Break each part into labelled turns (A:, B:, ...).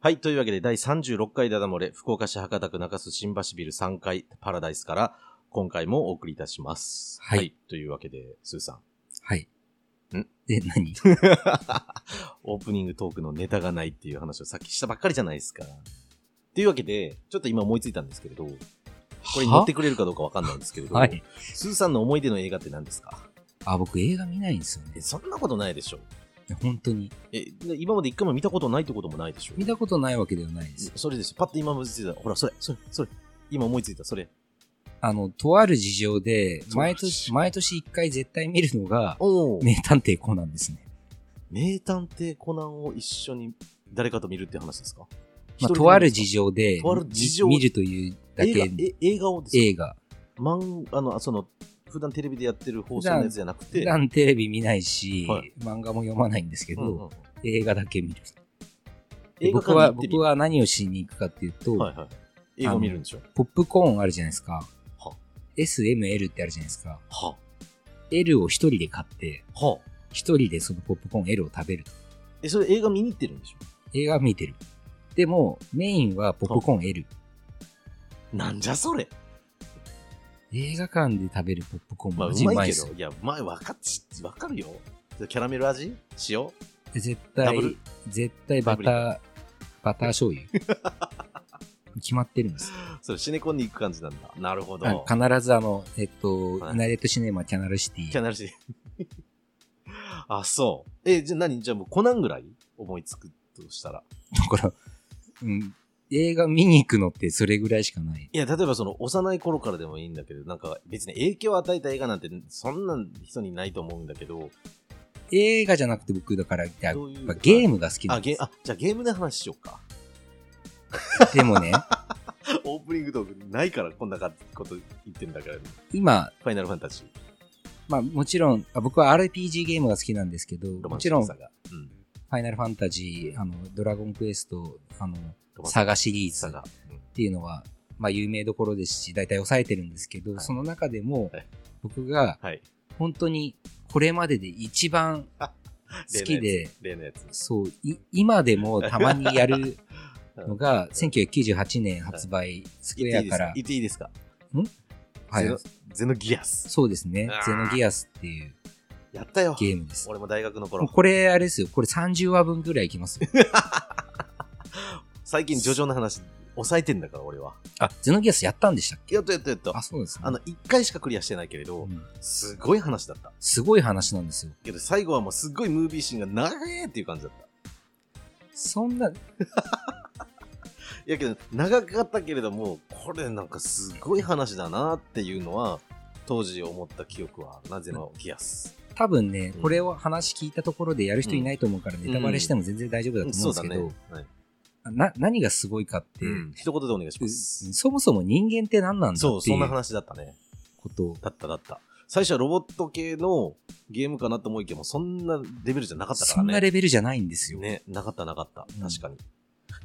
A: はい。というわけで、第36回ダダ漏れ、福岡市博多区中洲新橋ビル3階パラダイスから、今回もお送りいたします。
B: はい
A: というわけで、スーさん。
B: はい。
A: ん
B: え、 何
A: オープニングトークのネタがないっていう話をさっきしたばっかりじゃないですか。っていうわけで、ちょっと今思いついたんですけれど、これに乗ってくれるかどうかわかんないんですけれど、
B: はい。
A: スーさんの思い出の映画って何ですか
B: あ、僕映画見ないんですよね
A: え、。そんなことないでしょ。
B: 本当に。
A: え、今まで一回も見たことないってこともないでしょ
B: 見。たことないわけではないです。
A: それです。パッと今思いついた。ほら、それ、それ、それ。今思いついた、それ。
B: あの、とある事情で、
A: そう
B: 毎年、毎年一回絶対見るのが、
A: おお、
B: 名探偵コナンですね。
A: 名探偵コナンを一緒に誰かと見るって話ですか、
B: まあ、とある
A: 情
B: 事情で、
A: とある事情
B: み見るというだけ
A: 映画え映画をですか
B: 映画。
A: 漫あの、あその、普段テレビでやってる放送のやつじゃなくて、
B: 普段テレビ見ないし、
A: はい
B: 漫画も読まないんですけど、
A: うんうん
B: 映画だけ見る。で
A: 映画
B: 僕
A: 館に行
B: は、
A: ってみ
B: 僕は何をしに行くかっていうと、
A: はいはい。映画見るんでしょ
B: ポップコーンあるじゃないですか
A: は。
B: SML ってあるじゃないですか。
A: は
B: L を一人で買って、
A: あ、はあ。
B: 一人でそのポップコーン L を食べると。
A: え、それ映画見に行ってるんでしょ
B: 映画は見てる。でも、メインはポップコーン L。
A: なんじゃそれ
B: 映画館で食べるポップコーン
A: まあ、う
B: も味うま
A: ま
B: い
A: い
B: で
A: け
B: す
A: ど
B: よ。。
A: いや、前わかっち、わかるよ。キャラメル味塩
B: 絶
A: ダ
B: 対
A: ブル、
B: 絶対バタ
A: ダ
B: ー、バター醤 油。決まってるんですよ。
A: それ、シネコンに行く感じなんだ。なるほど。
B: あ必ずあの、えっと、
A: はい
B: ユナイレットシネマキャナルシテ
A: キャ
B: ィ。
A: ナルシ あ、そう。え、じゃあ何じゃあもうコナンぐらい思いつくとしたら。
B: だから、うん、映画見に行くのってそれぐらいしかない。
A: いや、例えばその幼い頃からでもいいんだけど、なんか別に影響を与えた映画なんてそんな人にないと思うんだけど、
B: 映画じゃなくて僕だから、やっ
A: どういう
B: ぱゲームが好きな
A: あ、
B: んで
A: ゲ
B: す。
A: あ、じゃあゲームの話しようか。
B: でもね、
A: オープニングトークないからこんなこと言ってんだから、フ
B: 今、
A: ァイナルファンタジー。
B: まあもちろん、あ僕は RPG ゲームが好きなんですけど、
A: ロマ
B: も
A: ンチ
B: ち
A: ッ
B: ろ
A: ク
B: ん、
A: さ
B: フ
A: が。うん。
B: ァイナルファンタジー、あの、ドラゴンクエスト、あの、
A: ロマンチッ
B: サガシリー
A: クさ
B: ズ
A: が
B: っ。ていうのは、まあ有名どころですし、大体抑えてるんですけ
A: は
B: ど、
A: い
B: その中でも
A: はい、
B: 僕が
A: うんはい。
B: 本当にこれまでで一番好きで、
A: 例のやつ。
B: そう、い今でもたまにやるの が、
A: うん
B: 1998年発売、スク
A: 言っ
B: エ
A: ていいです
B: アか、
A: から言っていいですか
B: はい
A: ゼノゼノギアス。
B: そうですね
A: あー、
B: ゼノギアスっていう
A: やったよ。
B: ゲームです。
A: 俺も大学の
B: もう
A: 頃。
B: これ、あれですよ、これ30話分ぐらいい きますよ。
A: 最近ジョジョの話、抑えてんだから俺は。
B: あ、ゼノギアスやったんでしたっけ
A: やっとやっとやっと。
B: あ、そうですね。
A: あの、一回しかクリアしてないけれ
B: う
A: ど、
B: ん
A: すごい話だった。
B: すごい話なんですよ。
A: けど最後はもうすっごいムービーシーンが長えっていう感じだった。
B: そんな、
A: いやけど、長かったけれども、これなんかすごい話だなっていうのは、当時思った記憶はあるなぜのギアス。
B: 多分ね
A: うん、
B: これを話聞いたところでやる人いないと思うから、ネタバレしても全然大丈夫だと思うん
A: そう
B: で
A: だ
B: すけ
A: ね
B: ど、。
A: はい
B: な、何がすごいかって、
A: うん一言でお願いし
B: う
A: ます。
B: そもそも人間って何なんだ
A: そ
B: っ
A: う、
B: てい
A: そんな
B: う
A: 話だったね。
B: ことを、
A: だっただった。最初はロボット系のゲームかなと思いきや、もうそんなレベルじゃなかったから
B: そ
A: ね。
B: んなレベルじゃないんですよ。
A: ね、なかったなかった。
B: うん
A: 確かに。い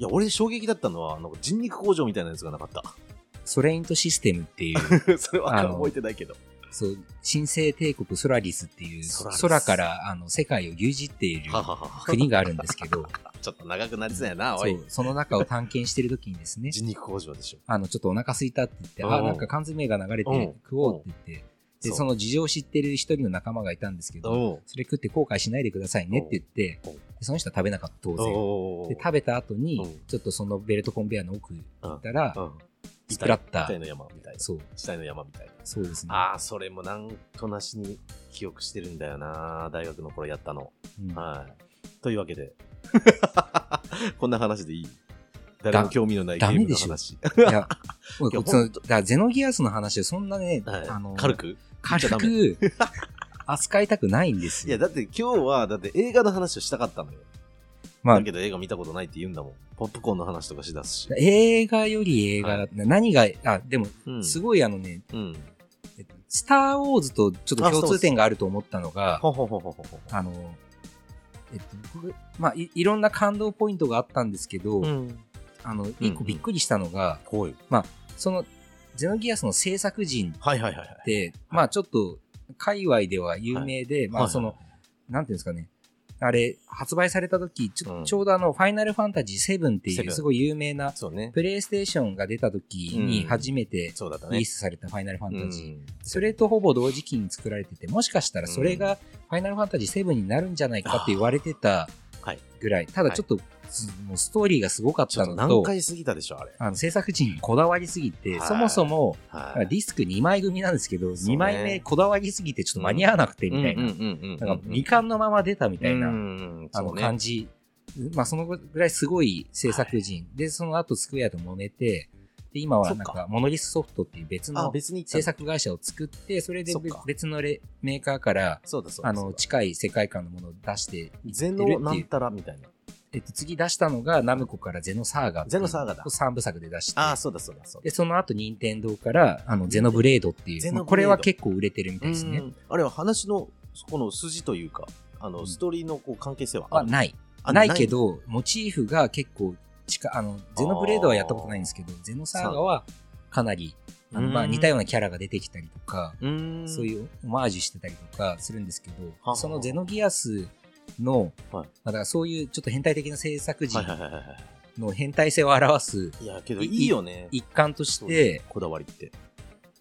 A: や、俺衝撃だったのは、なんか人肉工場みたいなやつがなかった。
B: ソレイントシステムっていう、
A: それは
B: あの
A: 覚えてないけど。
B: そう、新生帝国ソラリスっていう、
A: ソラリス
B: 空からあの世界を牛耳っている
A: はははは
B: 国があるんですけど、
A: ちょっと長くなりそうやな、お
B: そ
A: い。
B: う、その中を探検してる時にです ね、
A: 人肉工場でしょ。
B: あの、ちょっとお腹空いたって言って、
A: う
B: あ、
A: ん
B: なんか缶詰が流れて
A: うん
B: る、食おうって言って、で、
A: そう
B: その事情を知ってる一人の仲間がいたんですけど、
A: おう
B: それ食って後悔しないでくださいねって言って
A: うんうん、
B: でその人は食べなかった、当然。
A: おう
B: で、食べた後に
A: うん、
B: ちょっとそのベルトコンベヤーの奥行ったら
A: う、ん。
B: スプラッタ
A: 死体
B: ー。
A: の山みたいな。
B: そう、
A: 死体の山みたいな。
B: そうですね。
A: ああ、それもなんとなしに記憶してるんだよな。大学の頃やったの。
B: うん
A: はい。というわけ で。こんな話でいい誰も興味のないゲームの話。
B: い や、もう
A: いや
B: そ
A: ほ
B: の
A: ん
B: だからゼノギアスの話をそんなね、
A: はい
B: あの、
A: 軽く
B: 軽
A: 言っ
B: く 扱いたくないんです
A: いや、
B: よ。
A: だって今日は、だって映画の話をしたかったのよ。
B: まあ
A: だ、けど映画見たことないって言うんだもん。ポップコーンの話とかしだすし。
B: 映画より映
A: は
B: 画、何が、あ、でも、
A: うん。
B: すごいあのね、
A: うん。
B: えっとスター・ウォーズとちょっと共通点があると思ったのが、
A: ほほほほほほ。
B: あの、えっと、僕まあい、いろんな感動ポイントがあったんですけど、
A: うん。
B: あの、一個びっくりしたのが、
A: ほい。
B: その、ゼノギアスの制作人
A: はいはいはいはい。
B: って、まあちょっと、界隈では有名で、まあその、、なんていうんですかね、あれ、発売された時、ちょ,、
A: うん
B: ちょうどあの、ファイナルファンタジー7ってい
A: 7
B: う、すごい有名な、
A: そうね。
B: プレイステーションが出た時に
A: うん
B: 初めて
A: そうだった
B: リ
A: ね
B: リー。スされたファイナルファンタジー。
A: うん
B: それとほぼ同時期に作られてて、もしかしたらそれがファイナルファンタジー7になるんじゃないかって言われてた
A: はい
B: ぐらい。ただちょっと、もうストーリーがすごかっ
A: ちょっ
B: た
A: と
B: の
A: 何
B: と、
A: 回過ぎたでしょ、あれ。
B: あの制作陣にこだわりすぎて、
A: はい
B: そもそも
A: は
B: ディスク2枚組なんですけど、
A: そうね
B: 2枚目こだわりすぎてちょっと間に合わなくてみたいな。なんか未完のまま出たみたいな。あの感
A: じ。
B: じ、まあそのぐらいすごい制作人、でその後スクエアと揉めてで今はなん
A: そっ
B: かモノリスソフトっていう別
A: あ、
B: の
A: 別に
B: 制作会社を作ってそれで
A: そっ
B: べ
A: か
B: 別のレメーカーから
A: そうだそうだ。
B: あの近い世界観のものを出して、
A: ゼノなんたらみたいな。
B: えっと、次出したのがナムコからゼノサーガ
A: ゼノサーガだ
B: 3部作で出して
A: ああ、そうだそうだそうだ。
B: でその後任天堂からあのゼノブレードってい
A: ゼ
B: う、
A: ノブレード
B: まあこれは結構売れてるみたいです
A: う
B: ね。
A: んあれは話の、この筋というか、あ
B: う
A: の、
B: ん
A: ストーリーのこう関係性はあ
B: は
A: る
B: ない。
A: あ
B: ないけ。ど、モチーフが結構近、あの、ゼノブレードはやったことないんですけど、ゼノサーガはかなり、あのまあ
A: うん
B: 似たようなキャラが出てきたりとか、
A: うーん。
B: そういうオマージュしてたりとかするんですけ
A: は
B: ど、
A: あ
B: そのゼノギアスの、
A: はい
B: だからそういうちょっと変態的な制作
A: はい
B: 陣
A: はいはいはい。
B: の変態性を表す
A: いや、けどいいよね。
B: 一環とし
A: そう
B: て、
A: こだわりって。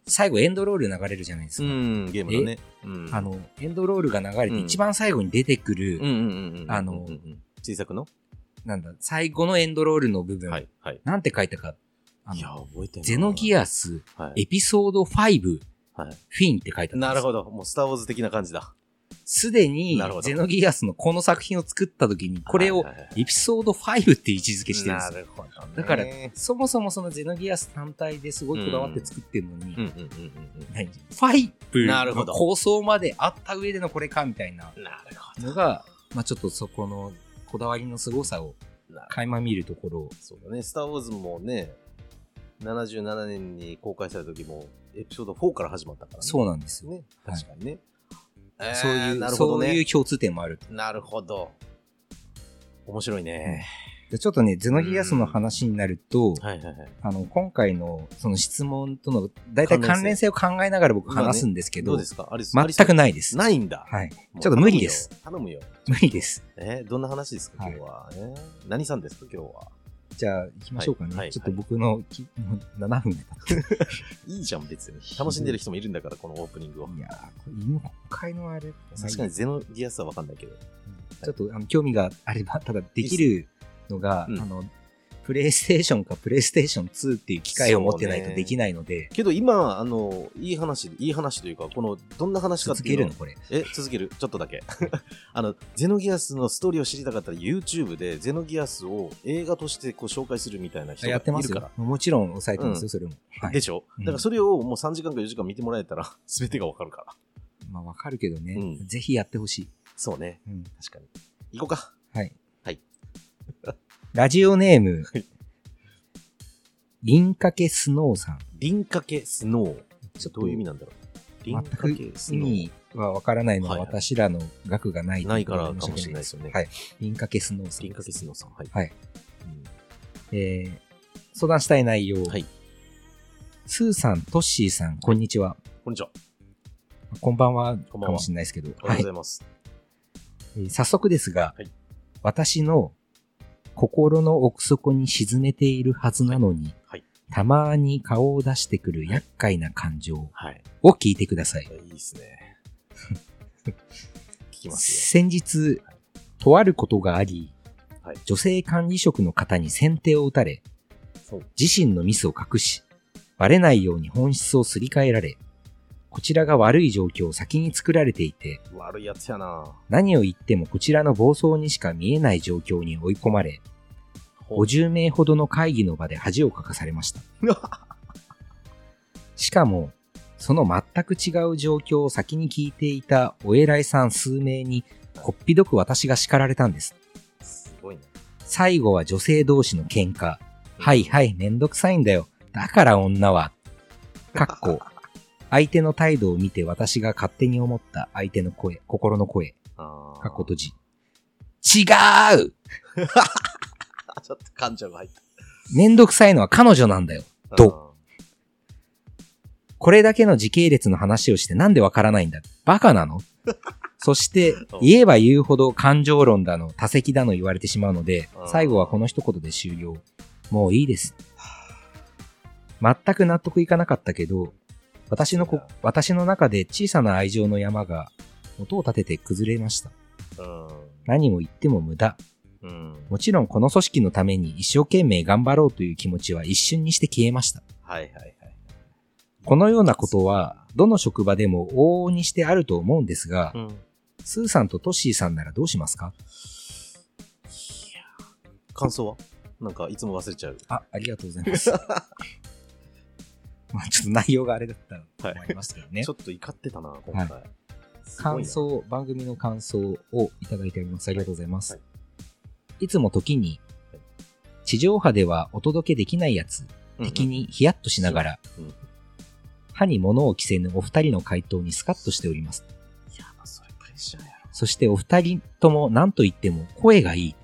B: 最後エンドロール流れるじゃないです
A: う
B: か。
A: ん、ゲームのね。うん
B: あ、の、エンドロールが流れ
A: う
B: て
A: ん
B: 一番最後に出てく
A: うんうん
B: る、
A: うんうん。
B: あの
A: うんうん、小さくの
B: なんだ、最後のエンドロールの部分、
A: はいはい。
B: なんて書いたか、あ
A: いや、
B: の、
A: 覚えてん
B: ゼノギ
A: ア。
B: アス、
A: はい。
B: エピソード5、
A: はい
B: フィンって書いてあったんです
A: なるほど。もう、スター・ウォーズ的な感じだ。
B: すでに
A: なるほ、ど
B: ゼノギアスのこの作品を作った時に、これ
A: は
B: を
A: いはいはい
B: エピソード5って位置づけしてるんです
A: な
B: よ。
A: るほどね。
B: だから
A: うんうん
B: そもそもそのゼノギアス単体ですごいこだわって作ってるのに、
A: うんうんうん
B: 何ファイブ
A: なるほ
B: の
A: ど
B: 構想まであった上でのこれかみたいな
A: うん。なるほ
B: のが、まあちょっとそこのこだわりの凄さを
A: ど。なるほど
B: 垣間見るところ。
A: そうだね、スター・ウォーズもね、77年に公開された時も、エピソード4から始まったからね。
B: そう
A: う
B: なんですよ。
A: ね。
B: はい
A: 確かにね。えー
B: そういう、
A: なるほ
B: そ
A: ど
B: う
A: ね。
B: いう共通点もある。
A: なるほど。面白いね。
B: でちょっとね、ゼノギアスの話になると、
A: はいはいはい。
B: あの、今回のその質問との大体関連性を考えながら僕話すんですけ
A: どう
B: ど、
A: ですかあれ
B: 全くないです。
A: ないんだ。
B: はい。
A: もう
B: ちょっと無理です
A: 頼むよ。
B: 無理です。
A: 頼むよ。えーどんな話ですか
B: は
A: 今
B: い
A: 日は。えー何さんですか今日は。
B: じゃあ、行きましょうかね。
A: はいはい
B: ちょっと僕のき、もう7分経って。
A: いいじゃん、別に。楽しんでる人もいるんだから、このオープニングを。
B: いやー、これ今回のあれ、
A: 確かにゼノギアスはわかんないけど。
B: ちょっとあの興味があれば、ただできるのが、
A: うん
B: あの、プレイステーションかプレイステーション2っていう機械を持ってない
A: そう
B: と
A: ね
B: できないので、
A: けど今、あの、いい話、いい話というか、この、どんな話かっ
B: 続
A: てい
B: け
A: うの
B: る
A: は
B: のこれ。
A: え、続けるちょっとだけ。 あの、ゼノギアスのストーリーを知りたかったら YouTube でゼノギアスを映画としてこう紹介するみたいな人が
B: や
A: い
B: ってます
A: るか
B: よ
A: ら。。
B: もちろん抑えてますよ、
A: うん
B: それも。は
A: で
B: い。
A: しょ、
B: うん
A: だからそれをもう3時間か4時間見てもらえたら全てがわかるから。
B: まあわかるけどね、
A: うん
B: ぜひやってほしい。
A: そうね。
B: うん
A: 確かに。行こうか。
B: はい。
A: はい。
B: ラジオネーム
A: はい、
B: 輪掛けスノーさん。
A: 輪掛けスノー。
B: ちょっと
A: どういう意味なんだろう。輪掛けス
B: 意
A: ノー
B: 味。はわからないのは
A: はいはい
B: 私らの額がないと
A: ない
B: こ
A: か
B: ろ
A: ら
B: で
A: かもしれないです
B: 申
A: よね。
B: はい。輪掛けスノーさん。
A: 輪掛けスノーさん。はい。
B: はい
A: うん
B: えー相談したい内容。
A: はい
B: スーさん、トッシーさん、こんにちは。
A: こんにちは。
B: こんばんはか
A: こんばんは
B: もしれないですけど。
A: おはようござ
B: はい
A: ます。
B: いえー早速ですが、
A: はい
B: 私の心の奥底に沈めているはずなのに、
A: はい
B: たまに顔を出してくる厄介な感情
A: はい。
B: を聞いてください。
A: い、いですね。聞きます
B: 先日、とあることがあり、
A: はい
B: 女性管理職の方に先手を打たれ、
A: そう
B: 自身のミスを隠し、バレないように本質をすり替えられ、こちらが悪い状況を先に作られていて、
A: よ。悪いやつやな
B: 何を言ってもこちらの暴走にしか見えない状況に追い込まれ、50名ほどの会議の場で恥をかかされました。しかも、その全く違う状況を先に聞いていたお偉いさん数名に、こっぴどく私が叱られたんです。
A: すごいね。
B: 最後は女性同士の喧嘩。はいはい、めんどくさいんだよ。だから女は。かっこ。相手の態度を見て私が勝手に思った相手の声、心の声、
A: あー
B: かっこ閉じ。違う
A: あちょっと感情が入っ
B: めんどくさいのは彼女なんだよ。
A: た。
B: ど これだけの時系列の話をしてなんでわからないんだバカなのそして、言えば言うほど感情論だの、多席だの言われてしまうので
A: う、ん
B: 最後はこの一言で終了。もういいです。全く納得いかなかったけど、私のこ、私の中で小さな愛情の山が、音を立てて崩れました。何を言っても無駄。
A: うん。うん。
B: もちろんこの組織のために一生懸命頑張ろうという気持ちは一瞬にして消えました。
A: はいはいはい。
B: このようなことは、どの職場でも往々にしてあると思うんですが、
A: うん。いや
B: スーさんとトッシーさんならどうしますか
A: 感想はなんか、いつも忘れちゃう。
B: あ、ありがとうござ います。まあちょっと内容があれだったの
A: はい
B: もありますけどね
A: ちょ。っと怒ってたな、今回。すごいな
B: 感想、番組の感想をいただいております。ありがとうございます。
A: はいい
B: つも時に
A: はい、
B: 地上波ではお届けできないやつ、
A: うん
B: 的にヒヤッとしながら
A: うん、
B: 歯に物を着せぬお二人の回答にスカッとしております。
A: いや、まあそれプレッシャーやろ。
B: そしてお二人とも何と言っても声がいい。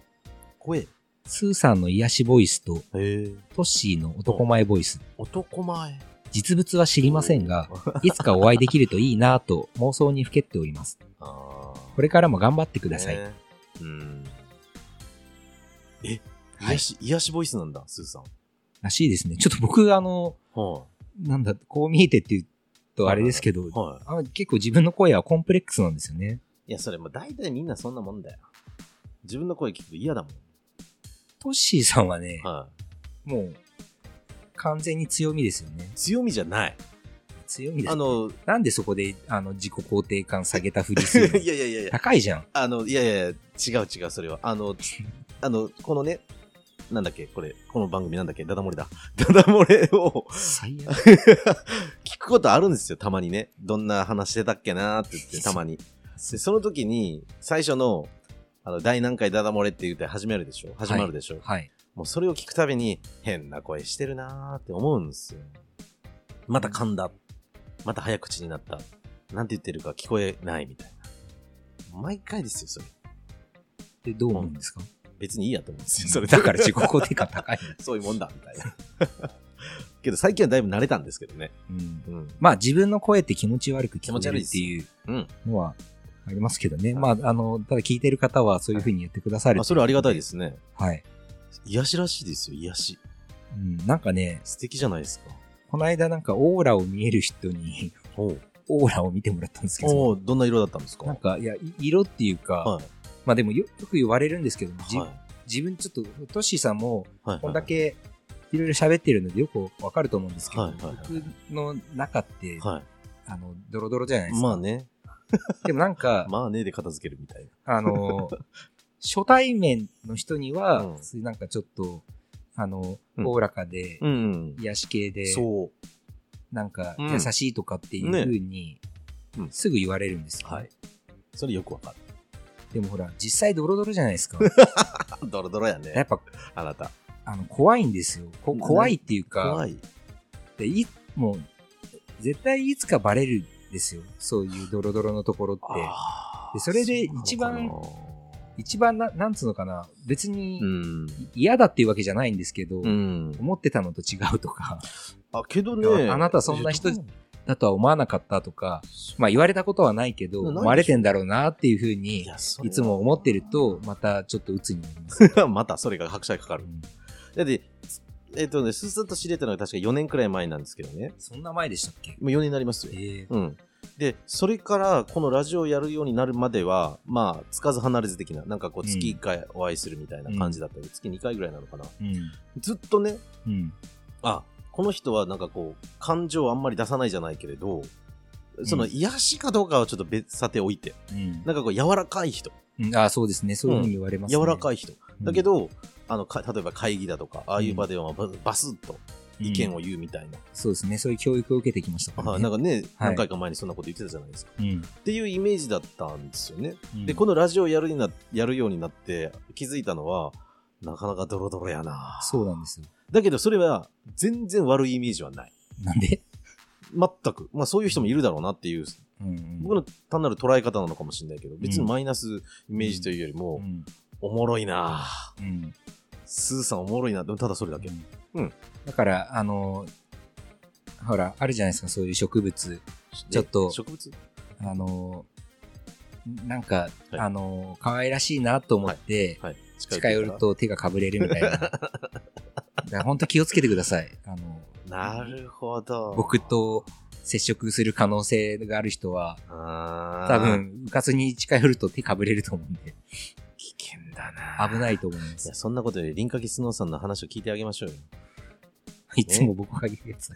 A: 声。へ
B: スーさんの癒しボイスと
A: え。
B: トッシーの男前ボイス。
A: 男前。
B: 実物は知りませ んが、いつかお会いできるといいなぁと妄想にふけっております。
A: あー
B: これからも頑張ってください。
A: ねうん。え、
B: はい
A: 癒し、癒しボイスなんだ、スーさん。
B: らしいですね。ちょっと僕、あの、
A: は
B: なんだ、こう見えてって言うとあれですけど
A: い。、は
B: あ結構自分の声はコンプレックスなんですよね。
A: い。いや、それもう大体みんなそんなもんだよ。自分の声聞くと嫌だもん。
B: トッシーさんはね、
A: は
B: もう、完全に強みですよね
A: い。。強みじゃない。
B: 強みで
A: あ
B: す。
A: の、
B: なんでそこで、あの、自己肯定感下げたふりするの
A: いやいやいやいや、
B: 高いじゃん。
A: あの、いやいやいや違う違う、それは。あの、あの、このね、なんだっけ、これ、この番組なんだっけ、ダダ漏れだ。ダダ漏れを
B: 最悪。
A: 聞くことあるんですよ、たまにね。どんな話してたっけなーって言って、たまに。で、その時に、最初の、あの、第何回ダダ漏れって言って始めるでしょ始まるでしょ、
B: はい。
A: もうそれを聞くたびに、変な声してるなーって思うんですよ。また噛んだ。また早口になった。なんて言ってるか聞こえないみたいな。毎回ですよ、それ。
B: で、どう思うんですか
A: 別にいいやと思うんですよ、そ
B: それ
A: れ
B: だから自己肯定感高い。
A: そういうもんだ、みたいな。 けど最近はだいぶ慣れたんですけどね。
B: うん
A: うん。
B: まあ自分の声って気持ち悪く聞こえるっていう
A: うん。
B: のはありますけどね。ま
A: は
B: ああの、ただ聞いてる方はそういうふうに言ってくださる。。
A: あ、それはありがたいですすね。
B: はい。
A: 癒しらしいですよ、癒し。
B: うん、なんかね、
A: 素敵じゃないですか。
B: この間なんかオーラを見える人に
A: おう
B: オーラを見てもらったんですけど、
A: おうどんな色だったんですか
B: なんか、いや、い色っていうか、
A: はい。
B: まあでもよよく言われるんですけど、じ
A: はい。
B: 自分ちょっと、トッシーさんも
A: はい。
B: こんだけいろいろ喋ってるのでよくわかると思うんですけど、
A: はいはいはい
B: 僕の中って、
A: は
B: あの、ドロドロじゃないで
A: い。
B: すか。
A: まあね。
B: でもなんか、
A: まあねで片付けるみたいな。
B: あの、初対面の人には、
A: うん
B: そういうなんかちょっと、あの、
A: うん
B: おおらかで、
A: うん。
B: 癒し系で、
A: そう。
B: なんか
A: うん
B: 優しいとかっていう
A: ね
B: 風に、
A: うん
B: すぐ言われるんですけど、
A: はい。それよくわかる。
B: でもほら、実際ドロドロじゃないですか。
A: あドロドロや
B: や
A: ね
B: っ。ぱ、
A: あなた。
B: あの、怖いんですよ。こ
A: な
B: 怖いっていう
A: 怖
B: か、
A: い。
B: でいもう、絶対いつかバレるんですよ。そういうドロドロのところって。
A: あー
B: でそれで一番
A: そう
B: 一番な、なんつうのかな、別に
A: なのか
B: 嫌だっていうわけじゃないんですけど、
A: なうん。うん。
B: 思ってたのと違うとか。
A: あ、けど
B: い
A: ね。
B: やあなたそんな人
A: いや
B: だとは思わなかったとか、まあ言われたことはないけど、
A: ないでしょ
B: 思われてんだろうなっていうふう
A: い
B: に、
A: やそれ
B: い
A: は
B: つも思ってると、またちょっと鬱になります。
A: またそれが拍車がかか
B: う
A: る。
B: ん
A: だって、えっ、とね、すーさんと知れたのが確か4年くらい前なんですけどね。
B: そんな前でしたっけ
A: もう4年になりますよ。
B: ええ
A: うん。で、それから、このラジオをやるようになるまでは、まあ、つかず離れず的な、なんかこう、
B: うん
A: 月1回お会いするみたいな感じだったり、月2回ぐらいなのかな。
B: うん。
A: ずっとね、
B: うん。
A: あ、この人はなんかこう、感情をあんまり出さないじゃないけれど、そうの
B: ん
A: 癒しかどうかはちょっと別さておいて、
B: うん
A: なんかこう、柔らかい人、
B: うん。ああ、そうですね。そういうふうに言われます、ね
A: 柔らか
B: い。
A: い人。だけど、あのか例えば会議だとか、ああいう場ではババスッと意見
B: うん
A: を言うみたいな。
B: そうですね。そういう教育を受けてきましたから、
A: はい
B: ね。
A: なんかね、
B: はい
A: 何回か前にそんなこと言ってたじゃないですか。
B: うん。
A: っていうイメージだったんですよね。
B: うん
A: で、このラジオやるになやるようになって気づいたのは、なかなかドロドロやな。
B: そうなんですよ。
A: だけど、それは全然悪いイメージはない。
B: なんで
A: 全く。まあ、そういう人もいるだろうなっていう、
B: うんうん。
A: 僕の単なる捉え方なのかもしれないけど、別にマイナスイメージというよりも、
B: うん。
A: おもろいな。
B: うん。
A: スーさんおもろいな。でもただそれだけ。うん
B: だから、あの、ほら、あるじゃないですか。そういう植物。ちょっと
A: 植物
B: あの、なんか、
A: はい
B: あのー、可愛らしいなと思って、
A: はい。
B: 近寄る。と手がかぶれるみ たいな。だから本当気をつけてください。あの、
A: なるほど。
B: 僕、と接触する可能性がある人は、
A: あー
B: 多。分、うかつに近寄ると手かぶれると思うんで、
A: 危険だな。
B: 危ないと思いま
A: いや、
B: す。
A: そんなことより、リンカキスノーさんの話を聞いてあげましょうよ。
B: いつも僕が言うやつ。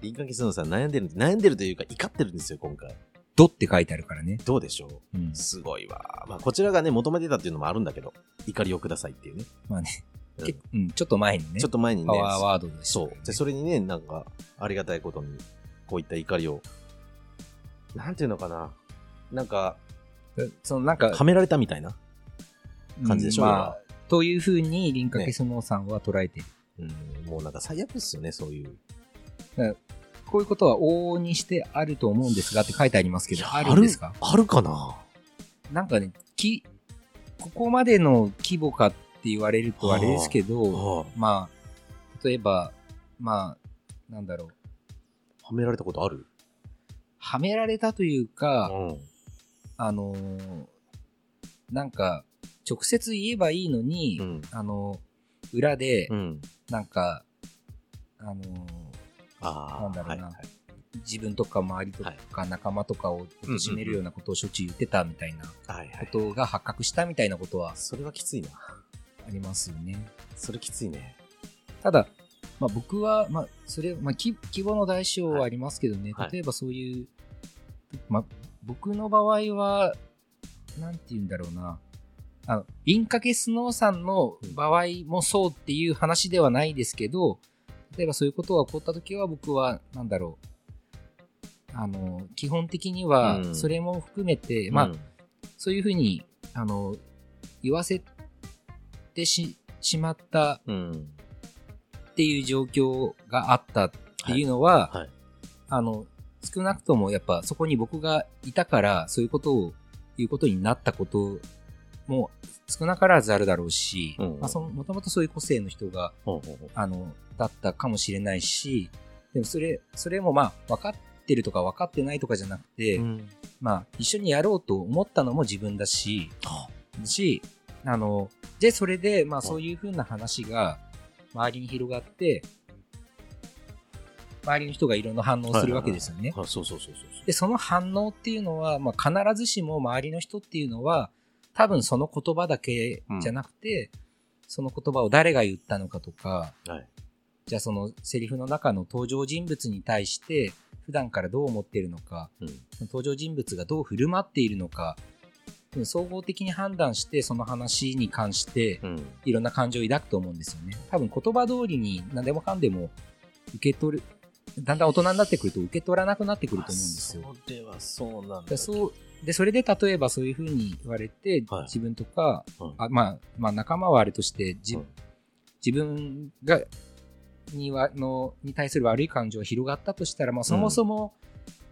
A: リンカキスノーさん悩んでる、悩んでるというか怒ってるんですよ、今回。
B: ドって書いてあるからね。
A: どうでしょう
B: うん。
A: すごいわ。まあ、こちらがね、求めてたっていうのもあるんだけど、怒りをくださいっていうね。
B: まあね、
A: うん
B: けうん、ちょっと前にね、
A: ちょっと前にね
B: パ、ワーワードでした
A: そ
B: か
A: う
B: らね。。
A: で、それにね、なんか、ありがたいことに、こういった怒りを、なんていうのかな。なんか、
B: えそのなんか、
A: はめられたみたいな感じでしょ、
B: うん
A: 俺
B: ま
A: は
B: あ、というふうに、輪郭相撲さんは捉えてる。
A: うん、もうなんか最悪っすよね、そういう。
B: こういうことは往々にしてあると思うんですがって書いてありますけ
A: い
B: ど、
A: や
B: あるんですか
A: あるかな
B: なんかね、き、ここまでの規模かって言われるとあれですけど、
A: は
B: まあ、例えば、まあ、なんだろう、
A: められたことある
B: はめられたという
A: う
B: か、
A: ん。
B: あのーなんか、直接言えばいいのに、
A: うん。
B: あのー裏で
A: う、ん。
B: なんか、あのー
A: ああ。
B: なんだろうな
A: はいはい
B: 自分とか周りとか仲間とかを貶めるようなことをしょっちゅう言ってたみたいなこ
A: はいはい。
B: とが発覚したみたいなことは
A: それはきついな。
B: ありますよね。
A: それきついね。
B: ただ、まあ、僕は、まあ、それ、まあ、規規模の大小はありますけどね、
A: はいはい
B: 例えばそういう、まあ、僕の場合は、なんて言うんだろうな、あの、インカケスノーさんの場合もそうっていう話ではないですけど、例えばそういうことが起こったときは、僕は、なんだろう、あの、基本的には
A: う、ん
B: それも含めて、まあ、
A: うん
B: そういうふうに、あの、言わせてししまった
A: うん。
B: っていう状況があったっていうのは、
A: はいはい
B: あの、少なくともやっぱそこに僕がいたから、そういうことを言うことになったことも少なからずあるだろうし、
A: うん
B: まあ、そのもともとそういう個性の人が、
A: ほうほうほう
B: あの、だったかもしれないし、でもそれ、それもまあ分かってるとか分かってないとかじゃなくて、
A: うん
B: まあ一緒にやろうと思ったのも自分だし、し、あの、で、それで、まあそういう風な話が周りに広がって、周りの人がいろんな反応をするわけですよね。
A: あそうそうそうそうそう。
B: で、その反応っていうのは、まあ必ずしも周りの人っていうのは、多分その言葉だけじゃなくて、その言葉を誰が言ったのかとか、
A: はい
B: じゃあそのセリフの中の登場人物に対して、普段からどう思ってるのか、
A: うん
B: 登場人物がどう振る舞っているのか、うん総合的に判断して、その話に関して、
A: うん。
B: いろんな感情を抱くと思うんですよね。多分言葉通りに何でもかんでも受け取る、だんだん大人になってくると受け取らなくなってくると思うんですよ。
A: あそれはそうなんだ。
B: でそうでそれで例えばそういうふうに言われて、
A: はい
B: 自分とか、
A: うん
B: あまあ、まあ仲間はあれとして、じ
A: うん
B: 自分がにはのに対する悪い感情が広がったとしたら、まあ、そもそも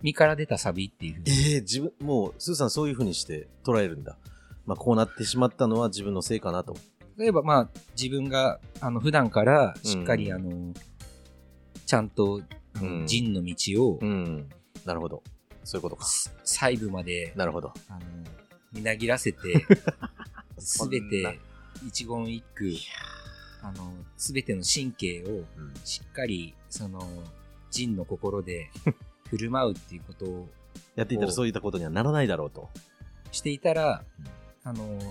B: 身から出たサビっていうふうに
A: ええ自分、もう、スーさんそういう風にして捉えるんだ。まあ、こうなってしまったのは自分のせいかなと。
B: 例えばまあ自分があの普段からしっか
A: う
B: り
A: ん
B: あの、ちゃんとあ
A: う
B: の
A: ん
B: 仁の道を
A: うん。なるほど。そういうことか。
B: す細部まで
A: なるほど。
B: あのみなぎ らせて
A: そん
B: 全
A: な
B: て一言一句あの全ての神経を
A: うん
B: しっかりその仁の心 で振る舞うっていうことを
A: やっていたらそういったことにはならないだろうと。
B: していたら
A: うん
B: あのや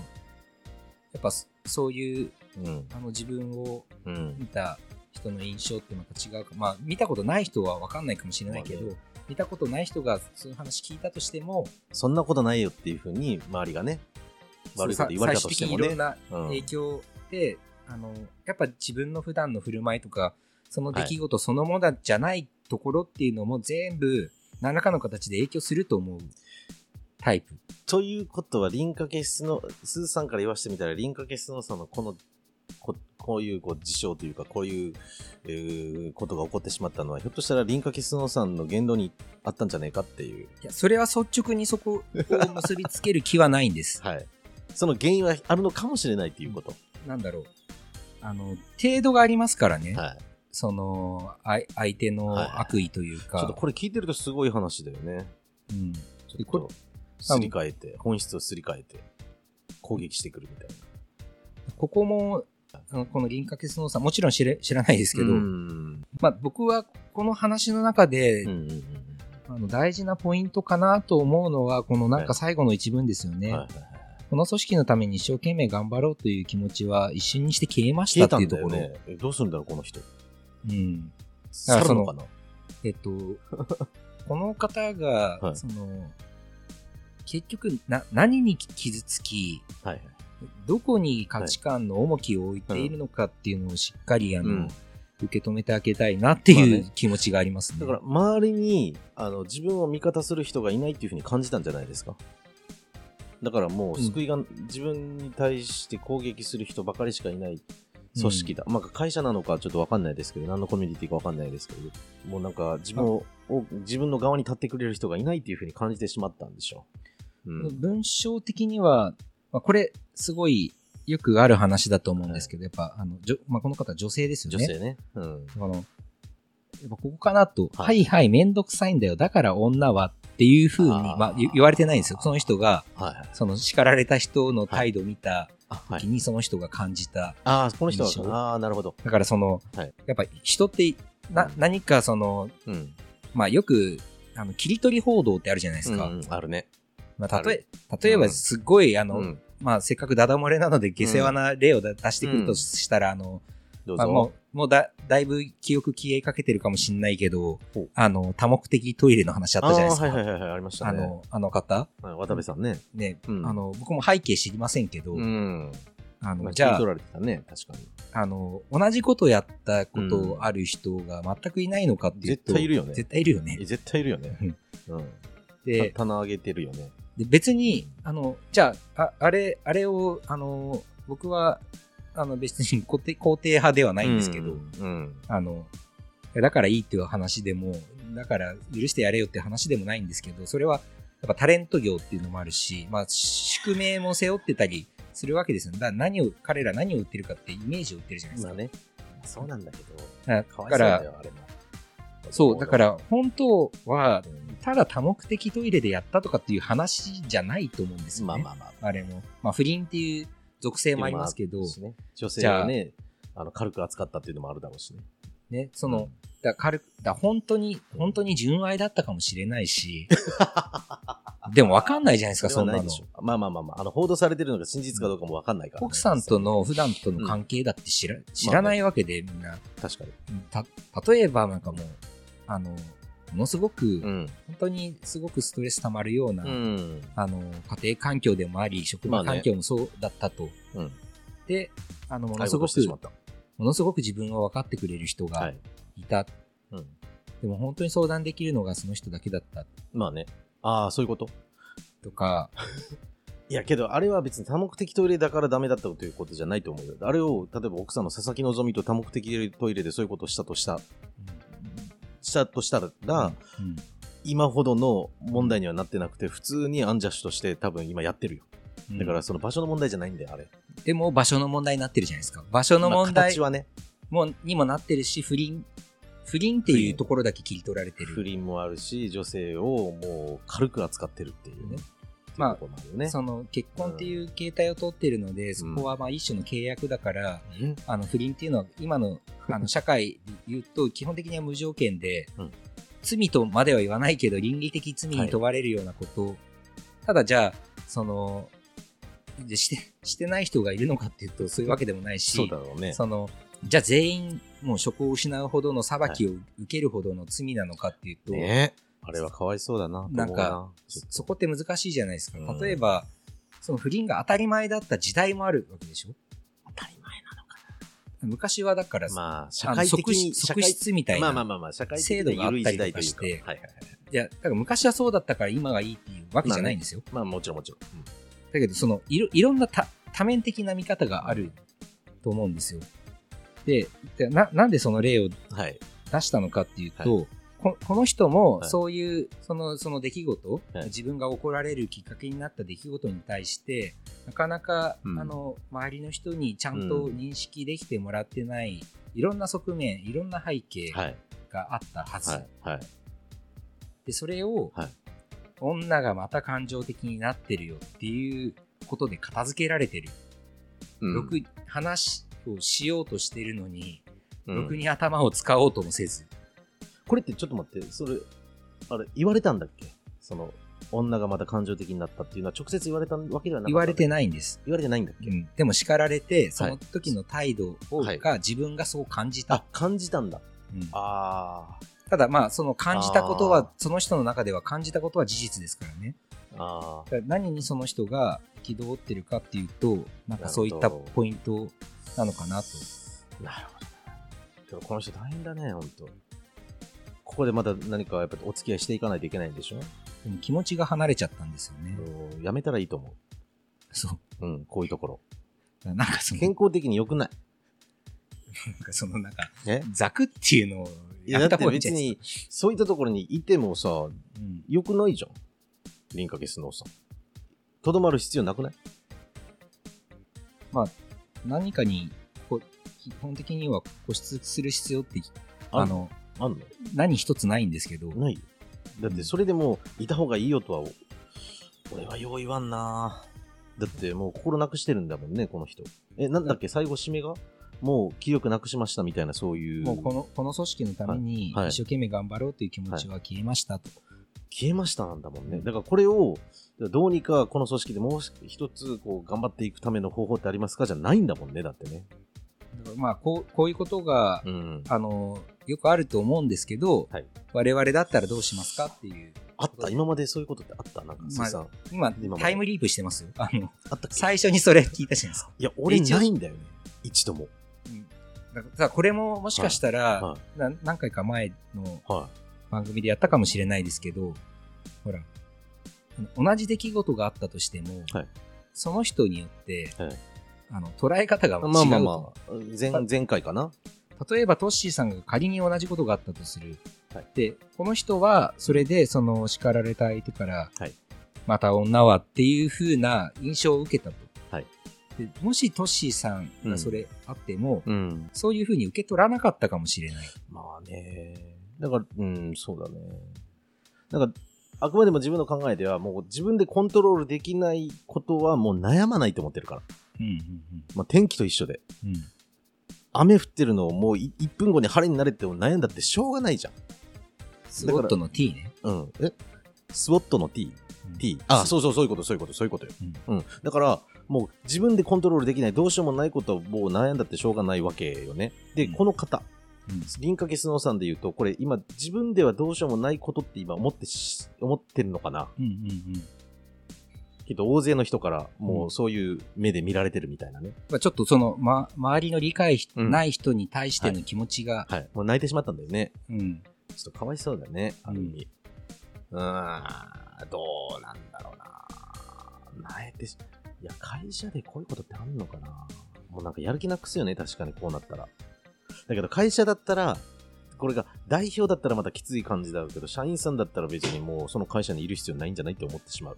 B: っぱそそういう
A: うん。
B: あの自分を
A: うん。
B: 見た人の印象ってまた違うか、まあ、見たことない人は分かんないかもしれないけど、
A: まあ
B: 見たことない人がそういう話聞いたとしても
A: そんなことないよっていう風に、周りがね、悪いこと言われたとしても
B: 最終的にいろ
A: ね
B: ん。な
A: うん
B: 影響で、あのやっぱ自分の普段の振る舞いとかその出来事そのものじゃないところっていうのも全部何らかの形で影響すると思うタイプ
A: ということは、リンカケスの、スーさんから言わしてみたら、リンカケスのさんのこの、ここういうこう事象というか、こういう、えーことが起こってしまったのは、ひょっとしたらリンカケスノさんの言動にあったんじゃねえかっていう。
B: いやそれは率直にそこを結びつける気はないんです
A: はい。その原因はあるのかもしれないっていうこと。
B: なんだろうあの程度がありますからね、
A: はい。
B: そのあい相手の悪意というか、
A: ちょっとこれ聞いてるとすごい話だよね。
B: うん
A: ちょっと、すり替えて、本質をすり替えて、攻撃してくるみたいな。
B: ここも、あのこの銀河鉄道さん、もちろん知れ知らないですけど、
A: うん
B: まあ僕はこの話の中で、
A: うんうんうん
B: あの大事なポイントかなと思うのは、このなんか最後の一文ですよね。
A: はいはいはい
B: この組織のために一生懸命頑張ろうという気持ちは一瞬にして消えまし
A: 消
B: た
A: え
B: って
A: た
B: い
A: ん
B: う
A: だ
B: とこ
A: よ
B: ろ。
A: ね。えどうするんだろう、この人。
B: うん。
A: 去るのかな
B: え っと、この方が、
A: はい
B: その、結局な、何に傷つき、
A: はいはい。
B: どこに価値観の重きを置いているのかっていうのをしっかり、あの、
A: うん
B: 受け止めてあげたいなってい
A: まあ
B: う気持ちがありますね。
A: だから、周りに、あの、自分を味方する人がいないっていうふうに感じたんじゃないですか。だからもう、
B: うん
A: 救いが、自分に対して攻撃する人ばかりしかいない
B: うん
A: 組織だ。まあ、会社なのかちょっとわかんないですけど、何のコミュニティかわかんないですけど、もうなんか、自分を、を自分の側に立ってくれる人がいないっていうふうに感じてしまったんでしょう。うん。
B: 文章的には、まあ、これ、すごい、よくある話だと思うんですけど、やっぱ、あの、じょまあ、この方女性ですよ
A: 女
B: ね。
A: 性ね。うん。
B: あの、やっぱここかなと、
A: はい
B: はいはい、めんどくさいんだよ、だから女はっていうふうに、
A: あー
B: まあ、言言われてないんですよ。その人が、
A: はいはい。
B: その叱られた人の態度を見た
A: あ、は
B: 時
A: い。
B: にその人が感じた。
A: ああ、この人
B: 印象
A: は、ああー、なるほど。
B: だからその、
A: はい
B: やっぱ人って、な、何かその、
A: うん。
B: まあよく、あの、切り取り報道ってあるじゃないですか。
A: うんうんあるね。
B: まあ、
A: あ
B: 例
A: る
B: え、例えばすごい、
A: う
B: あの、
A: ん。
B: まあせっかくダダ漏れなので下世話な例をだ出してくるとしたら、あの、
A: どう
B: まあ、
A: ぞ。
B: もう、もうだ、だいぶ記憶消えかけてるかもしんないけど
A: ほう、
B: あの、多目的トイレの話あったじゃないですか。
A: あーはいはいはいはい、ありました
B: あ
A: ね。
B: の、あの方
A: はい渡部さんね。
B: ね、
A: うん
B: あの、僕も背景知りませんけど、
A: うん。
B: あの、
A: じ
B: じ
A: ゃあ。切り
B: ゃあ
A: 取、られてたね、確かに。
B: あの、同じことやったことある人が全くいないのかっていうと、
A: 絶対いるよね
B: 絶対いるよね
A: え。絶対いるよね
B: うん。
A: うん。
B: で
A: た、棚上げてるよね。
B: で別に、あの、じゃあ、ああれ、あれを、あの、僕は、あの、別に肯定肯定派ではないんですけど、
A: うんうん。
B: あの、だからいいっていう話でも、だから許してやれよって話でもないんですけど、それはやっぱタレント業っていうのもあるし、まあ宿命も背負ってたりするわけですよね。だから何を、彼ら何を売ってるかってイメージを売ってるじゃないです
A: ま
B: か。
A: あね。そうなんだけど。
B: だ
A: かわいそう
B: か
A: だ
B: ら、
A: よ、あれも。
B: そう、だから本当は
A: う、ん。
B: ただ多目的トイレでやったとかっていう話じゃないと思うんですよね。
A: まあまあまあ。
B: あれも。まあ不倫っていう属性もありますけど、
A: しね女性がね、あの、軽く扱ったっていうのもあるだろうしね。
B: ね、その、だから軽くだから本当に、本当に純愛だったかもしれな いし、でも分かんないじゃないですか、
A: そ
B: そ
A: うんな
B: ないの
A: で。しょ。まあまあまあまあ、あの、報道されてるのが真実かどうかもわかんないからね。
B: 奥さんとの普段との関係だって知ら,、知らないわけで、みんな。
A: 確かに。
B: た例えば、なんかもう、あの、ものすごく、
A: うん。
B: 本当にすごくストレス溜まるような、
A: うん。
B: あの、家庭環境でもあり、職
A: まあ
B: 場
A: ね
B: 環境もそうだったと。
A: うん。
B: で、あの、も
A: ああい
B: の
A: う
B: す
A: こ
B: ご
A: と
B: く
A: してしまった。
B: ものすごく自分を分かってくれる人
A: は
B: が
A: い。
B: いた。
A: うん。
B: でも本当に相談できるのがその人だけだった
A: まあね。ああ、そういうこと
B: とか、
A: いやけど、あれは別に多目的トイレだからダメだったということじゃないと思うよ。あれを、例えば奥さんの佐々木希と多目的トイレでそういうことをしたとした、したとしたら、
B: うん
A: 今ほどの問題にはなってなくて、普通にアンジャッシュとして多分今やってるよ。だからその場所の問題じゃないんだよ、あれ。
B: でも場所の問題になってるじゃないですか場所の問
A: まあ
B: 題
A: 形はね、
B: もにもなってるし不倫不倫っていうところだけ切り取られて
A: 不
B: る、
A: 倫もあるし、女性をもう軽く扱ってるっていうね。
B: まあ
A: っていうところもあるよね。
B: その結婚っていう形態を取ってるので、そこはまあ一種の契約だから
A: うん
B: あの不倫っていうのは 今のあの社会で言うと基本的には無条件で、
A: うん
B: 罪とまでは言わないけど倫理的罪に問われるようなこと、ただじゃあそのでしてしてない人がいるのかっていうとそういうわけでもないし
A: そうだろうね。
B: そのじゃあ全員もう職を失うほどの裁きを受けるほどの罪なのかっていうと、
A: ねあれはかわいそうだなと思うな。
B: なんかそそこって難しいじゃないですか、
A: うん
B: 例えばその不倫が当たり前だった時代もあるわけでしょ
A: 当たり前なのか
B: 昔はだから、
A: まあ、社
B: あの
A: 会的
B: 側
A: に、
B: 室
A: 社
B: 側
A: 会
B: 室みたいな、
A: まあまあまあまあ、社会的
B: 制度
A: な
B: があっ
A: 緩い
B: たり
A: 時
B: とか
A: 代というか。
B: して
A: はいはいはい
B: いやだから昔はそうだったから今がいいっていうわけじゃないんですよ、
A: まあもちろんもちろん。
B: だけどそのいろいろんな多多面的な見方があると思うんですよででななんでその例
A: う
B: を
A: んはい。
B: 出したのかっていうと、ここの人も
A: はい
B: そういう、そのその出来事、
A: はい
B: 自分が怒られるきっかけになった出来事に対してなかなか、
A: うん
B: あの周りの人にちゃんと認識できてもらってない、いろんな側面いろんな背景
A: はい。
B: があったはず、
A: はい。はい。
B: でそれを、
A: はい
B: 女がまた感情的になってるよっていうことで片付けられてる。
A: うん
B: ろく話をしようとしてるのに、
A: う
B: ろく
A: ん、
B: に頭を使おうともせず。
A: これってちょっと待って、それ、あれ、言われたんだっけその、女がまた感情的になったっていうのは直接言われたわけではなかった
B: 言われて
A: い。
B: ないんです。
A: 言われてないんだっけ、
B: うんでも叱られて、その時の態度を
A: はい
B: が自分がそう感じた。
A: あ、感じたんだ。
B: うん
A: あ
B: ただまあ、その感じたこと
A: あー
B: は、その人の中では感じたことは事実ですからね。
A: あ、ああ
B: だ、から何にその人が憤ってるかっていうと、なんかそういっ
A: なる
B: た
A: ほど
B: ポイントなのかなと。
A: なるほど。でもこの人大変だね、ほんと。ここでまた何かやっぱお付き合いしていかないといけないんでしょ、
B: でも気持ちが離れちゃったんですよね。
A: うん、やめたらいいと思
B: そ
A: う。
B: う。
A: うん、こういうところ。
B: だからなんかその、
A: 健康的に良くない。
B: なんかそのなんか、
A: え
B: ザクっていうのを
A: い
B: や
A: や、だった
B: め
A: て
B: 方がいいん
A: 別
B: じゃない
A: に、そういったところにいてもさ、
B: ですかうん
A: 良くないじゃん。リンカゲスノーさん。とどまる必要なくない
B: 何かにこう基本的には固執する必要って
A: あ
B: あ
A: の、
B: の
A: あん
B: 何一つないんですけど
A: のないよ。だってそれでもう、いた方がいいよとは、俺はよう言わんなだってもう心なくしてるんだもんね、この人。え、なんだっけ、最後締めがもう気力なくしましたみたいな、そういう。
B: もうこのこの組織のために
A: はいはい
B: 一生懸命頑張ろうという気持ちは消えましたと、
A: 消えましたなんだもんね。だからこれを、どうにかこの組織でもう一つこう頑張っていくための方法ってありますかじゃないんだもんね、だってね。
B: だからまあこうこういうことが、
A: うん。
B: あのよくあると思うんですけど、
A: はい
B: 我々だったらどうしますかっていう
A: あった今までそういうことってあったなんか、
B: まあ
A: 鈴木さん。
B: 今
A: 今まで
B: タイムリープしてますよあの
A: あったっけ
B: 最初にそれ聞いたじゃないですか,
A: いや、俺
B: 一応
A: ないんだよね。一度も。
B: うん、だからさこれももしかしたら、
A: は
B: な何回か前の
A: い。は
B: 番組でやったかもしれないですけど、ほら、あの同じ出来事があったとしても、
A: はい
B: その人によって、
A: はい
B: あの捉え方が違
A: い。
B: うと、
A: まあまあまあ、前前回かな。
B: 例えばトッシーさんが仮に同じことがあったとする。
A: はい
B: で、この人は、それで、その叱られた相手から、
A: はい
B: また女はっていう風な印象を受けたと。
A: はい
B: でもしトッシーさんがそれあっても、
A: うん。
B: そういう風に受け取らなかったかもしれない。
A: まあね。だから、うん、そうだね。なんか、あくまでも自分の考えでは、もう自分でコントロールできないことはもう悩まないと思ってるから。
B: うんうん
A: まあ天気と一緒で。
B: うんうん
A: 雨降ってるのをもう1分後に晴れになれっても悩んだってしょうがないじゃん。
B: スウォットの T ね。
A: うん。えスウォットの T?T?
B: うん、
A: あ、そうそう、そういうこと、そういうこと、そういうことよ。うん。だから、もう自分でコントロールできない、どうしようもないことをもう悩んだってしょうがないわけよね。で、
B: うん
A: この方、
B: うん
A: リンカケスノーさんで言うと、これ今、自分ではどうしようもないことって今思ってし、思ってるのかな
B: うんうんうん
A: けど、大勢の人からも
B: うん
A: うそういう目で見られてるみたいなね。
B: まあちょっとその、ま、周りの理解し
A: うん
B: ない人に対しての気持ちが、
A: はい。もう泣いてしまったんだよね。
B: うん
A: ちょっとかわいそうだね、ある意味。うーん、どうなんだろうな。泣えてし、いや、会社でこういうことってあんのかな。もうなんかやる気なくすよね、確かにこうなったら。だけど会社だったら、これが代表だったらまたきつい感じだろうけど、社員さんだったら別にもうその会社にいる必要ないんじゃないって思ってしまう。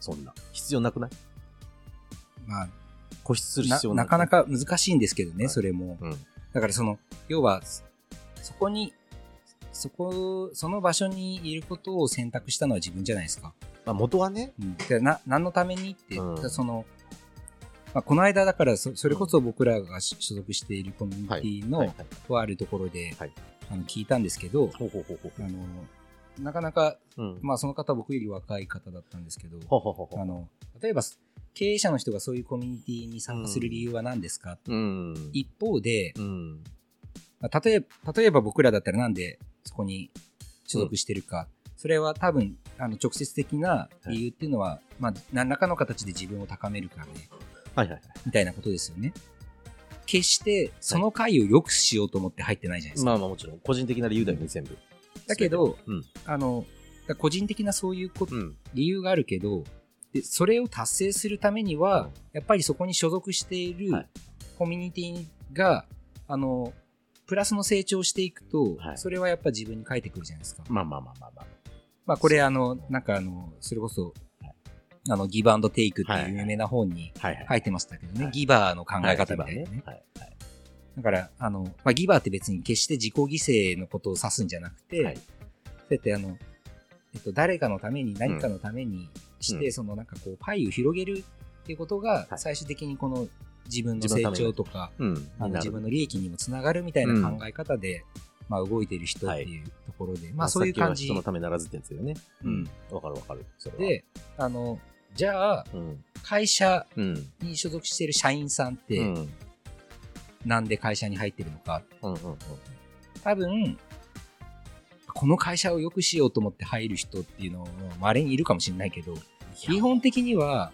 A: そんな。必要なくない
B: まあ
A: 固執する
B: な
A: 必要
B: なかな
A: か。
B: か難しいんですけどね、
A: はい
B: それも。
A: うん。
B: だからその、要は、そこに、そこ、その場所にいることを選択したのは自分じゃないですか。
A: まあ元はね、
B: うん、でな何のためにって、
A: うん
B: その、まあ、この間だからそ、それこそ僕らが所属しているコミュニティ
A: はい
B: の
A: はい
B: とあるところで、
A: はい
B: あの聞いたんですけど、
A: ほうほうほうほ
B: あの、なかなか
A: う。うん。
B: まあ、その方は僕より若い方だったんですけど、
A: ほうほうほうほ
B: あの例えば経営者の人がそういうコミュニティに参加する理由は何ですか、
A: う。うん。
B: 一方で、
A: うん。
B: まあ例え例えば僕らだったらなんでそこに所属してるか、それは多分あの直接的な理由っていうのは、まあ、何らかの形で自分を高めるからね
A: はいはいはい。
B: みたいなことですよね。決してその会を良くしようと思って入ってないじゃないですか。
A: まあまあもちろん、個人的な理由だよね、全部。
B: だけど、
A: うん。
B: あのだから個人的なそういうこと
A: うん。
B: 理由があるけどでそれを達成するためには、
A: うん
B: やっぱりそこに所属している
A: はい
B: コミュニティがあのプラスの成長していくと、
A: はい
B: それはやっぱ自分に返ってくるじゃないですか、
A: まあまあまあまあまあ。
B: まあ、これあのなんかあのそれこそ、
A: はい
B: あのギブアンドテイクって
A: はい
B: いう有名な本に
A: はいはい。
B: 書いてましたけどね、
A: はい
B: ギバーの考え方み
A: は
B: たいなね、
A: はいはい。
B: だからあの、まあ、ギバーって別に決して自己犠牲のことを指すんじゃなくて、
A: はい
B: そうやってあのえっと、誰かのために何かのためにして、
A: うん
B: そのなんかこうパイを広げるっていうことが
A: はい
B: 最終的にこの自分の
A: 自分
B: 成
A: のために
B: 長とか、
A: うん。
B: あの
A: な
B: 自
A: る
B: 分の利益にもつながるみたいな考え方で、まあ、動いてる人っていうところで、まあそういう感じ
A: さっきは人のためならずってやつだよね。
B: うん。
A: わかるわかる。それは、
B: であのじゃあ
A: うん。
B: 会社
A: うん。
B: に所属してる社員さんっ
A: うん。う
B: て
A: ん。
B: なんで会社に入ってるのか
A: うん。うん。
B: 多分この会社を良くしようと思って入る人っていうのも稀にいるかもしれないけど基本的には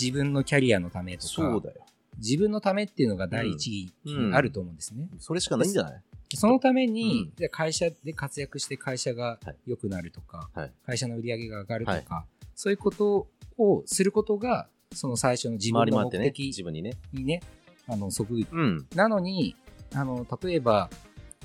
B: 自分のキャリアのためと
A: そう
B: か
A: だよ。
B: 自分のためっていうのが第一義にあると思うんですね。
A: それしかないんじゃない
B: そのために、
A: うん
B: じゃあ会社で活躍して会社が
A: はい
B: 良くなるとか、
A: はい
B: 会社の売り上げが上がるとか、そういうことをすることがその最初の自
A: 回
B: 分
A: り
B: の
A: 回っ
B: 目
A: てね。
B: 的
A: 自分にね。
B: にねあのそぐい
A: うん。
B: なのにあの例えば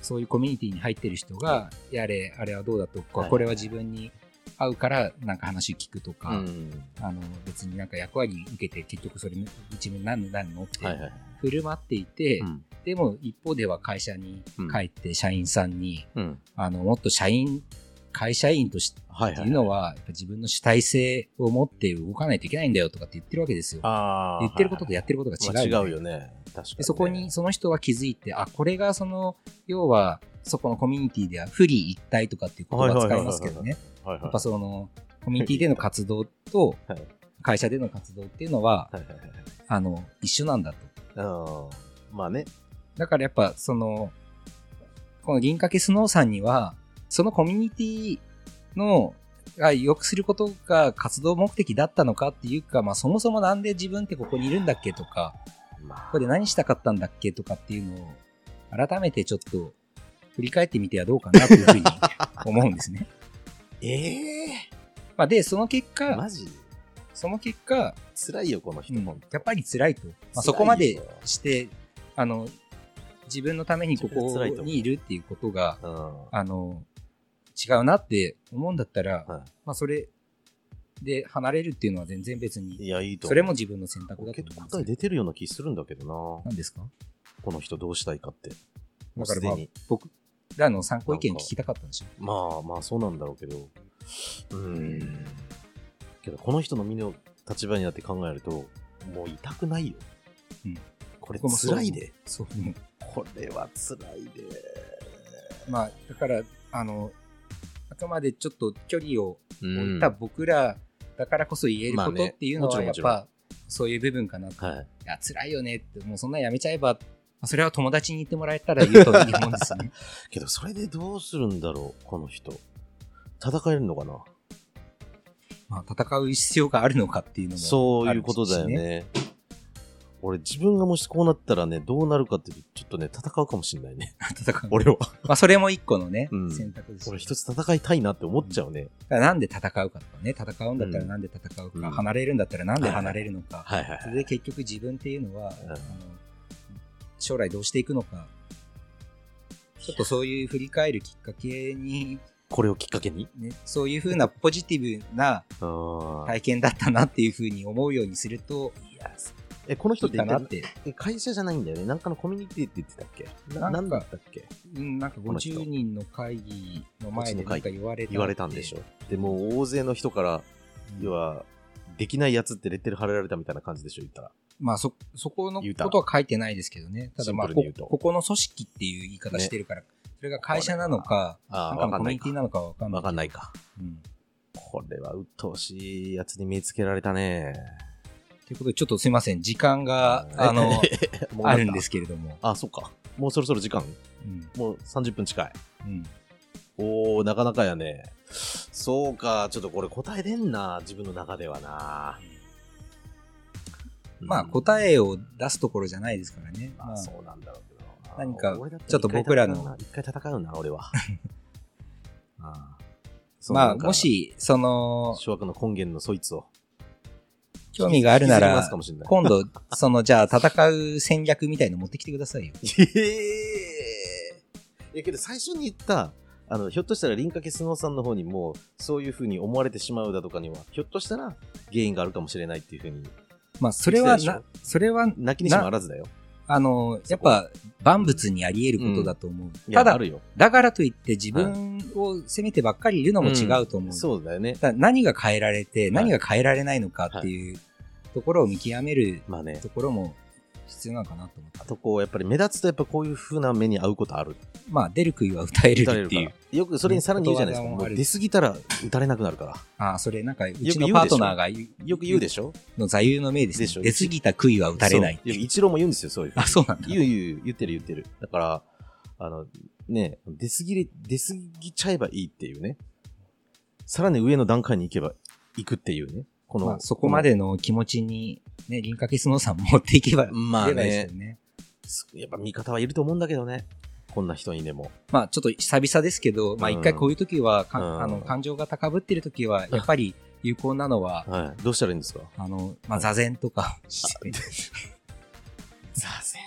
B: そういうコミュニティに入ってる人がやれあれはどうだとか、
A: はい
B: これは自分に合うからなんか話聞くと
A: う
B: か、
A: ん。
B: あの別になんか役割受けて結局それ自分何の何のっ
A: はい
B: て
A: はい。
B: 振る舞っていて、
A: うん。
B: でも一方では会社に
A: うん
B: 帰って社員さんに、
A: うん。
B: あのもっと社員会社員として
A: はい
B: って
A: はい
B: いう。のは、やっぱ自分の主体性を持って動かないといけないんだよとかって言ってるわけですよ。
A: ああ。
B: 言ってることと
A: や
B: やってることが違う,、
A: 違うよね。確かにね。
B: でそこにその人は気づいて、あ、これがその、要は、そこのコミュニティでは不利一体とかっていう言葉を使いますけどね。
A: はいは
B: や
A: い
B: っぱその、コミュニティでの活動と
A: はい、
B: 会社での活動っていうの
A: は
B: は、
A: いはいはいはい
B: あの、一緒なんだと。
A: うん。まあね。
B: だからやっぱ、その、この銀掛けスノーさんには、そのコミュニティの、が良くすることが活動目的だったのかっていうか、まあそもそもなんで自分ってここにいるんだっけとか、
A: ま
B: ここで何したかったんだっけとかっていうのを、改めてちょっと振り返ってみてはどうかなという ふうに思うんですね。
A: ええ
B: まあで、その結
A: ー。
B: 果、
A: マジ
B: その結果、
A: 辛いよ、この人。
B: うん
A: ほんと
B: やっぱり辛いと。まあ、
A: 辛い
B: そこまで
A: よ
B: して、あの、自分のためにここにいるっていうことが、
A: うん。
B: あの、違うなって思うんだったら、
A: は
B: まあ、それで離れるっていうのは全然別
A: い。
B: に、
A: いや、いいと思う。
B: それも自分の選択だと
A: 結構
B: 思
A: 答
B: う
A: え
B: んですよ。
A: 出てるような気するんだけどな。
B: 何ですか
A: この人どうしたいかって。も
B: だ
A: うす
B: から
A: で
B: まあ
A: に。
B: 僕らの参考意見聞きたかったんでしょ。
A: まあまあそうなんだろうけど。うーん。けどこの人の身の立場になって考えると、もう痛くないよ。
B: うん
A: これ
B: 僕もそう
A: 辛いで。
B: そう思う。
A: これは辛いで。
B: まあ、だから、あの、あくまでちょっと距離を
A: う
B: 置い
A: ん
B: た僕らだからこそ言えるこ
A: まあ
B: とっ
A: ね
B: ていうのは、や
A: も
B: っ
A: ちろんも
B: ぱ、そういう部分かなと。
A: はい。
B: いや、辛いよねって、もうそんなやめちゃえば、それは友達に言ってもらえたら言うといいもんで すね。
A: けどそれでどうするんだろう、この人。戦えるのかな
B: まあ、戦う必要があるのかっていうのも、
A: そういうことだよ。ね。俺自分がもしこうなったらね、どうなるかっていうと、ちょっとね、戦うかもしんない ね。
B: 戦う。
A: 俺は。
B: まあ、それも一個のね、
A: うん
B: 選択です。
A: 俺一つ戦いたいなって思っちゃうね。
B: だからなんで戦うかとかね、戦うんだったらなんで戦うか、
A: うん
B: 離れるんだったらなんで離れるのか、
A: はいはい
B: それで結局自分っていうのは、
A: うん
B: あの将来どうしていくのか、ちょっとそういう振り返るきっかけに、
A: これをきっかけに。
B: ね、そういうふうなポジティブな
A: は
B: 体験だったなっていうふうに思うようにすると
A: い。いやえ、この
B: い
A: 人っ
B: い
A: て
B: か
A: 一
B: なっ
A: 体
B: て、
A: え会社じゃないんだよね。なんかのコミュニティって言ってたっけな
B: な
A: なんん
B: か
A: だったっけ
B: うん、なんか
A: この人
B: 50人の会議の前でなんか言われたって
A: 言われたんでしょ。でもう大勢の人から、
B: うん
A: 要は、できないやつってレッテル貼られたみたいな感じでしょ、言ったら。
B: まあそ、そこの
A: 言
B: こ
A: うたら
B: とは書いてないですけどね。ただまあ
A: シンプ
B: こ
A: ルに言う、と
B: ここの組織っていう言い方してるから、それが会社なのか、
A: あ
B: な
A: あ、
B: んか
A: わ
B: の
A: か
B: コ
A: ん
B: ミ
A: な
B: ュ
A: い
B: ニティ
A: か。
B: なのかわかんない。
A: わかんないか。
B: うん。
A: これは鬱陶しいやつに目つけられた ね。。
B: ということで、ちょっとすいません。時間が、あの、あるんですすけれども。
A: あ、そっか。もうそろそろ時間
B: うん。
A: もう30分近い。
B: うん。
A: おー、なかなかやね。そうか、ちょっとこれ答え出んな、自分の中ではな。
B: まあ、
A: え、
B: 答えを出すところじゃないですからね。
A: ま
B: ま
A: あ、
B: あ
A: そうなんだろうけどな。
B: 何か
A: 俺だた
B: ちょっと僕らの
A: 一回戦うな、俺 は。ああその
B: ま
A: な
B: あ、
A: んか
B: もし、その、
A: 諸悪の根源のそいつを。
B: 興味があるな
A: 引きずり回
B: ら
A: すか、もしれない
B: 今度、 その、じゃあ、戦う戦略みたいの持ってきてくださいよ。
A: ええいやけど最初に言った、あの、ひょっとしたら、輪郭スノーさんの方にも、そういうふうに思われてしまうだとかには、ひょっとしたら、原因があるかもしれないっていうふうに、
B: まあ、それは
A: できた
B: な
A: で、
B: それは、
A: 泣きにしもあらずだよ。
B: あの、やっぱ万物にあり得ることだと思う。
A: いや
B: た
A: あ
B: だ、
A: るよ。
B: だからといって自分を責めてばっかりいるのも違うと思う。
A: そうだよね。
B: だから何が変えられて、何が変えられないのかっていうところを見極める
A: まあね。
B: ところも必要なのかなと思った
A: あ。とこう、やっぱり目立つとやっぱこういう風な目に遭うことある。
B: まあ、出る杭は歌える
A: 打たれ
B: っ
A: る
B: て
A: か
B: いう
A: ら。。よくそれにさらに言うじゃないですか。
B: ね
A: もう出過ぎたら打たれなくなるから。
B: ああ、それなんか、う
A: 言うで
B: ち
A: しょ
B: のパートナーが言う
A: よく言うでしょ
B: の座右の銘ですね
A: でしょ
B: 出過ぎた杭は打たれない。
A: そうよく一郎も言うんですよ、そういう風に
B: あ、そうなんだ。
A: 言う言う、言ってる言ってる。だから、あの、ね、出過ぎれ、出過ぎちゃえばいいっていうね。さらに上の段階に行けば、行くっていうね。この、
B: まあ、そこまでの気持ちに、ね、リンカケスノーさん持っていけば、
A: この、まあ
B: いけばいいです
A: ね
B: よ、ね。
A: すやっぱ味方はいると思うんだけどね。こんな人にでも。
B: まあ、ちょっと久々ですけど、まあ、
A: うん
B: 一回こういう時は、か
A: うん
B: あの、感情が高ぶってる時は、やっぱり有効なのは、
A: はい。どうしたらいいんですか
B: あの、まあ、座禅とかして、
A: 座禅。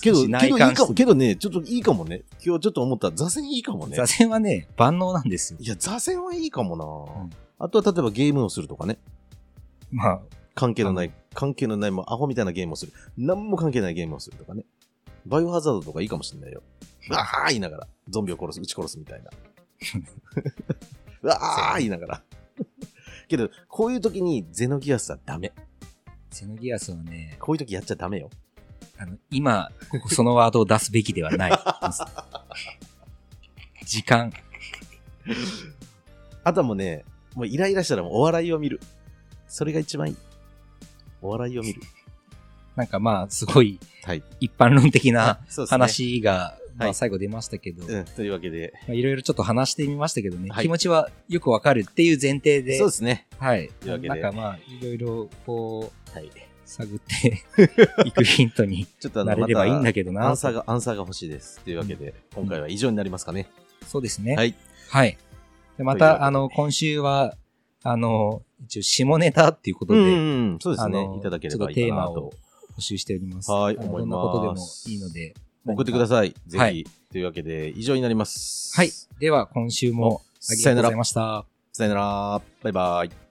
A: けど、けどいいかも、けどね、ちょっといいかもね。今日ちょっと思った。座禅いいかもね
B: 座。禅はね、万能なんですよ。
A: いや、座禅はいいかもな、
B: うん
A: あとは例えばゲームをするとかね。
B: まあ、
A: 関係のな
B: う
A: い、関係のない、もうアホみたいなゲームをする。何も関係ないゲームをするとかね。バイオハザードとかいいかもしれないよ。わー言いながら。ゾンビを殺す、撃ち殺すみ たいな。わー言いながら。けど、こういう時にゼノギアスはダメ。
B: セノギアスはね、
A: こういう時やっちゃダメよ。
B: あの、今、ここそのワードを出すべきではない。時間。
A: あとはもうね、もうイライラしたらもうお笑いを見る。それが一番いい。お笑いを見る。
B: なんかまあ、すごい
A: はい、
B: 一般論的な
A: そうですね。
B: 話が、ま
A: は
B: あ
A: い
B: 最後出ましたけど、ま
A: うん、というわけで。
B: あいろいろちょっと話してみましたけどね、
A: はい
B: 気持ちはよくわかるっていう前提で
A: そう、ですね。
B: はい。
A: いうわけで
B: なんかまあ、いろいろこう、
A: はい。
B: 探って いくヒントに
A: ちょっとあ
B: な
A: の、
B: れ
A: ま
B: れば
A: た
B: いいんだけどな。
A: アンサーが、アンサーが欲しいです。というわけで、今回は以上になりますかね。
B: そうですね。
A: はい。
B: はい。でま
A: というわけで
B: た、あの、今週は、あの、一応、下ネタっていうこと
A: うん
B: で、
A: うんうん、そうです
B: あ
A: ね
B: の。
A: いただければいいかな
B: ちょっと
A: と。
B: 募集しております。
A: はい
B: あの
A: 思い
B: どんな
A: ます
B: ことでもいいので。
A: 送ってください。ぜひ。
B: はい
A: というわけで、以上になります。
B: はい。では、今週も
A: お
B: あり
A: さ
B: が
A: よ
B: と
A: な
B: うござい
A: ら。
B: ました。
A: さよなら。バイバイ。